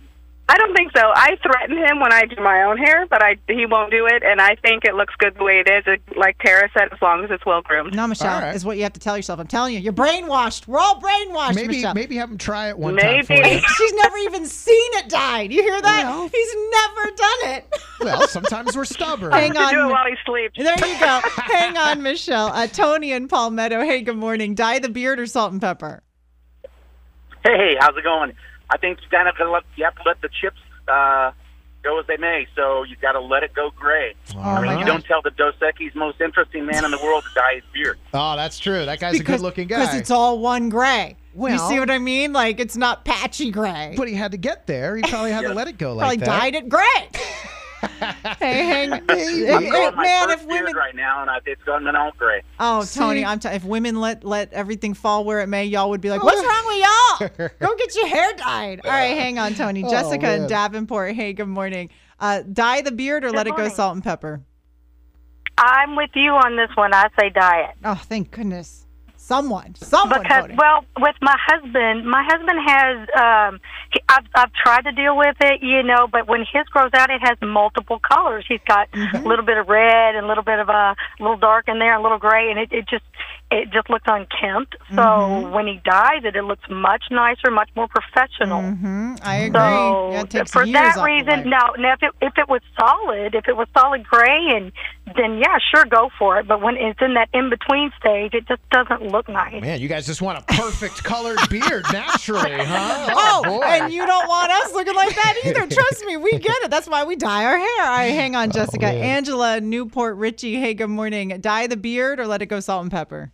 Speaker 7: I don't think so. I threaten him when I do my own hair, but I he won't do it, and I think it looks good the way it is. It, like Tara said, as long as it's well groomed.
Speaker 3: No, Michelle,
Speaker 4: All right.
Speaker 3: is what you have to tell yourself. I'm telling you, you're brainwashed. We're all brainwashed,
Speaker 4: Maybe
Speaker 3: Michelle.
Speaker 4: maybe have him try it one time. For you.
Speaker 7: Maybe.
Speaker 3: She's never even seen it dyed. You hear that? He's never done it.
Speaker 4: Well, sometimes we're stubborn.
Speaker 3: Hang
Speaker 7: To do it
Speaker 3: on.
Speaker 7: while he sleeps.
Speaker 3: There you go. Hang on, Michelle. Uh, Tony and Palmetto. Hey, good morning. Dye the beard or salt and pepper?
Speaker 10: Hey, how's it going? I think you kind of gotta let, you have to let the chips uh, go as they may. So you got to let it go gray. I mean,
Speaker 4: Oh
Speaker 3: my
Speaker 10: you
Speaker 3: gosh.
Speaker 10: don't tell the Dos Equis most interesting man in the world to dye his beard.
Speaker 4: Oh, that's true. That guy's a good-looking
Speaker 3: Because
Speaker 4: guy.
Speaker 3: it's all one gray. you
Speaker 4: Well-
Speaker 3: see what I mean? Like it's not patchy gray.
Speaker 4: but he had to get there. He probably had to let it go
Speaker 3: Probably
Speaker 4: like that.
Speaker 3: dyed it gray. hey, hang.
Speaker 10: I'm
Speaker 3: Hey,
Speaker 10: growing my
Speaker 3: man,
Speaker 10: first
Speaker 3: if
Speaker 10: beard
Speaker 3: women.
Speaker 10: right now, and I, it's going all gray.
Speaker 3: Oh, Tony,
Speaker 4: See?
Speaker 3: I'm. T- if women let let everything fall where it may, y'all would be
Speaker 4: Oh,
Speaker 3: like, "What's wrong with y'all? Go get your hair dyed." All right, hang on, Tony. Jessica and
Speaker 4: Oh, man.
Speaker 3: Davenport. Hey, good morning. Uh, dye the beard or let it go
Speaker 7: morning.
Speaker 3: salt and pepper.
Speaker 7: I'm with you on this one. I say diet.
Speaker 3: Oh, thank goodness. Someone, someone.
Speaker 7: because
Speaker 3: voted.
Speaker 7: well with my husband my husband has um he, I've, I've tried to deal with it you know but when his grows out it has multiple colors he's got
Speaker 3: Mm-hmm.
Speaker 7: a little bit of red and a little bit of uh, a little dark in there a little gray and it, it just it just looks unkempt so
Speaker 3: Mm-hmm.
Speaker 7: when he dyes it it looks much nicer much more professional
Speaker 3: Mhm, I agree.
Speaker 7: so
Speaker 3: yeah, it takes
Speaker 7: for
Speaker 3: years
Speaker 7: that
Speaker 3: off the life.
Speaker 7: reason, no. Now, if it, if it was solid, if it was solid gray, and then yeah, sure, go for it. But when it's in that in between stage, it just doesn't look nice.
Speaker 4: Man, you guys just want a perfect colored beard naturally, huh?
Speaker 3: Oh,
Speaker 4: boy.
Speaker 3: and you don't want us looking like that either. Trust me, we get it. That's why we dye our hair. All right, hang on, Jessica.
Speaker 4: Oh, man.
Speaker 3: Angela, Newport, Richie. Hey, good morning. Dye the beard or let it go salt and pepper?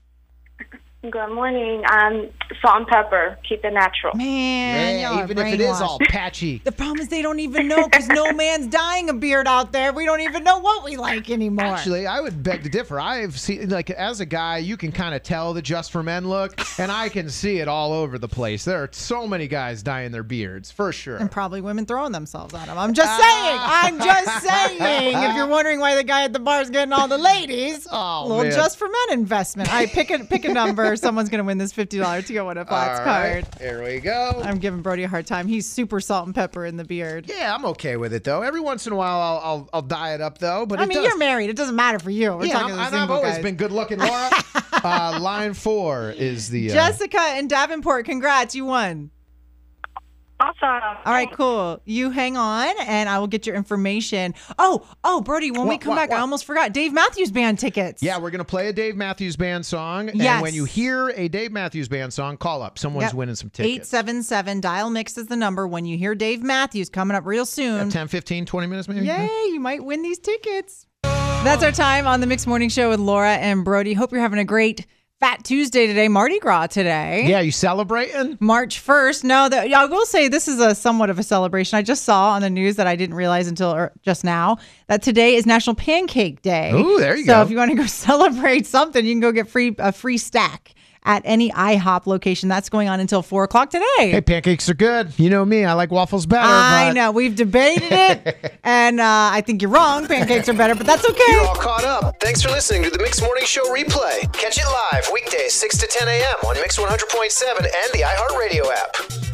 Speaker 11: Good morning. Um, salt and pepper. Keep it natural.
Speaker 3: Man,
Speaker 4: Yeah,
Speaker 3: y'all are
Speaker 4: even if it is all
Speaker 3: brainwashed.
Speaker 4: patchy.
Speaker 3: The problem is they don't even know because no man's dying a beard out there. We don't even know what we like anymore.
Speaker 4: Actually, I would beg to differ. I've seen, like, as a guy, you can kind of tell the just for men look, and I can see it all over the place. There are so many guys dyeing their beards, for sure.
Speaker 3: and probably women throwing themselves at him. I'm just saying. I'm just saying. If you're wondering why the guy at the bar is getting all the ladies,
Speaker 4: Oh,
Speaker 3: little
Speaker 4: man.
Speaker 3: just for men investment. All right, pick a pick a number. Someone's gonna win this fifty dollar Tijuana Flats
Speaker 4: All
Speaker 3: oh card.
Speaker 4: right, there we go.
Speaker 3: I'm giving Brody a hard time. He's super salt and pepper in the beard.
Speaker 4: yeah, I'm okay with it though. Every once in a while, I'll I'll, I'll dye it up though. But
Speaker 3: I
Speaker 4: it
Speaker 3: mean,
Speaker 4: does.
Speaker 3: you're married. It doesn't matter for you. We're
Speaker 4: yeah,
Speaker 3: talking
Speaker 4: I'm-
Speaker 3: to the
Speaker 4: and I've
Speaker 3: single
Speaker 4: always
Speaker 3: guys.
Speaker 4: been good looking, Laura. uh, line four is the uh,
Speaker 3: Jessica and Davenport, congrats, you won.
Speaker 7: Awesome.
Speaker 3: All right, cool. You hang on, and I will get your information. Oh, oh, Brody, when we
Speaker 4: What,
Speaker 3: come
Speaker 4: what,
Speaker 3: back, I
Speaker 4: what?
Speaker 3: almost forgot. Dave Matthews Band tickets.
Speaker 4: Yeah, we're gonna play a Dave Matthews Band song, and
Speaker 3: Yes.
Speaker 4: when you hear a Dave Matthews Band song, call up. Someone's
Speaker 3: Yep.
Speaker 4: winning some tickets.
Speaker 3: 877 dial mix is the number when you hear Dave Matthews coming up real soon.
Speaker 4: 10, 15, 20 minutes maybe.
Speaker 3: Yay, you might win these tickets. That's our time on the Mixed Morning Show with Laura and Brody. Hope you're having a great Fat Tuesday today, Mardi Gras today.
Speaker 4: Yeah, you celebrating?
Speaker 3: March 1st. No, that I will say this is a somewhat of a celebration. I just saw on the news that I didn't realize until er, just now that today is National Pancake Day.
Speaker 4: Ooh, there you
Speaker 3: so
Speaker 4: go.
Speaker 3: if you want to go celebrate something, you can go get free a free stack at any IHOP location. That's going on until four o'clock today.
Speaker 4: Hey, pancakes are good. You know me. I like waffles better.
Speaker 3: I
Speaker 4: but
Speaker 3: know we've debated it, and uh, I think you're wrong. Pancakes are better, but that's okay.
Speaker 12: You're all caught up. Thanks for listening to the Mix Morning Show replay. Catch it live weekdays 6 to 10 a.m. on Mix 100.7 and the iHeartRadio app.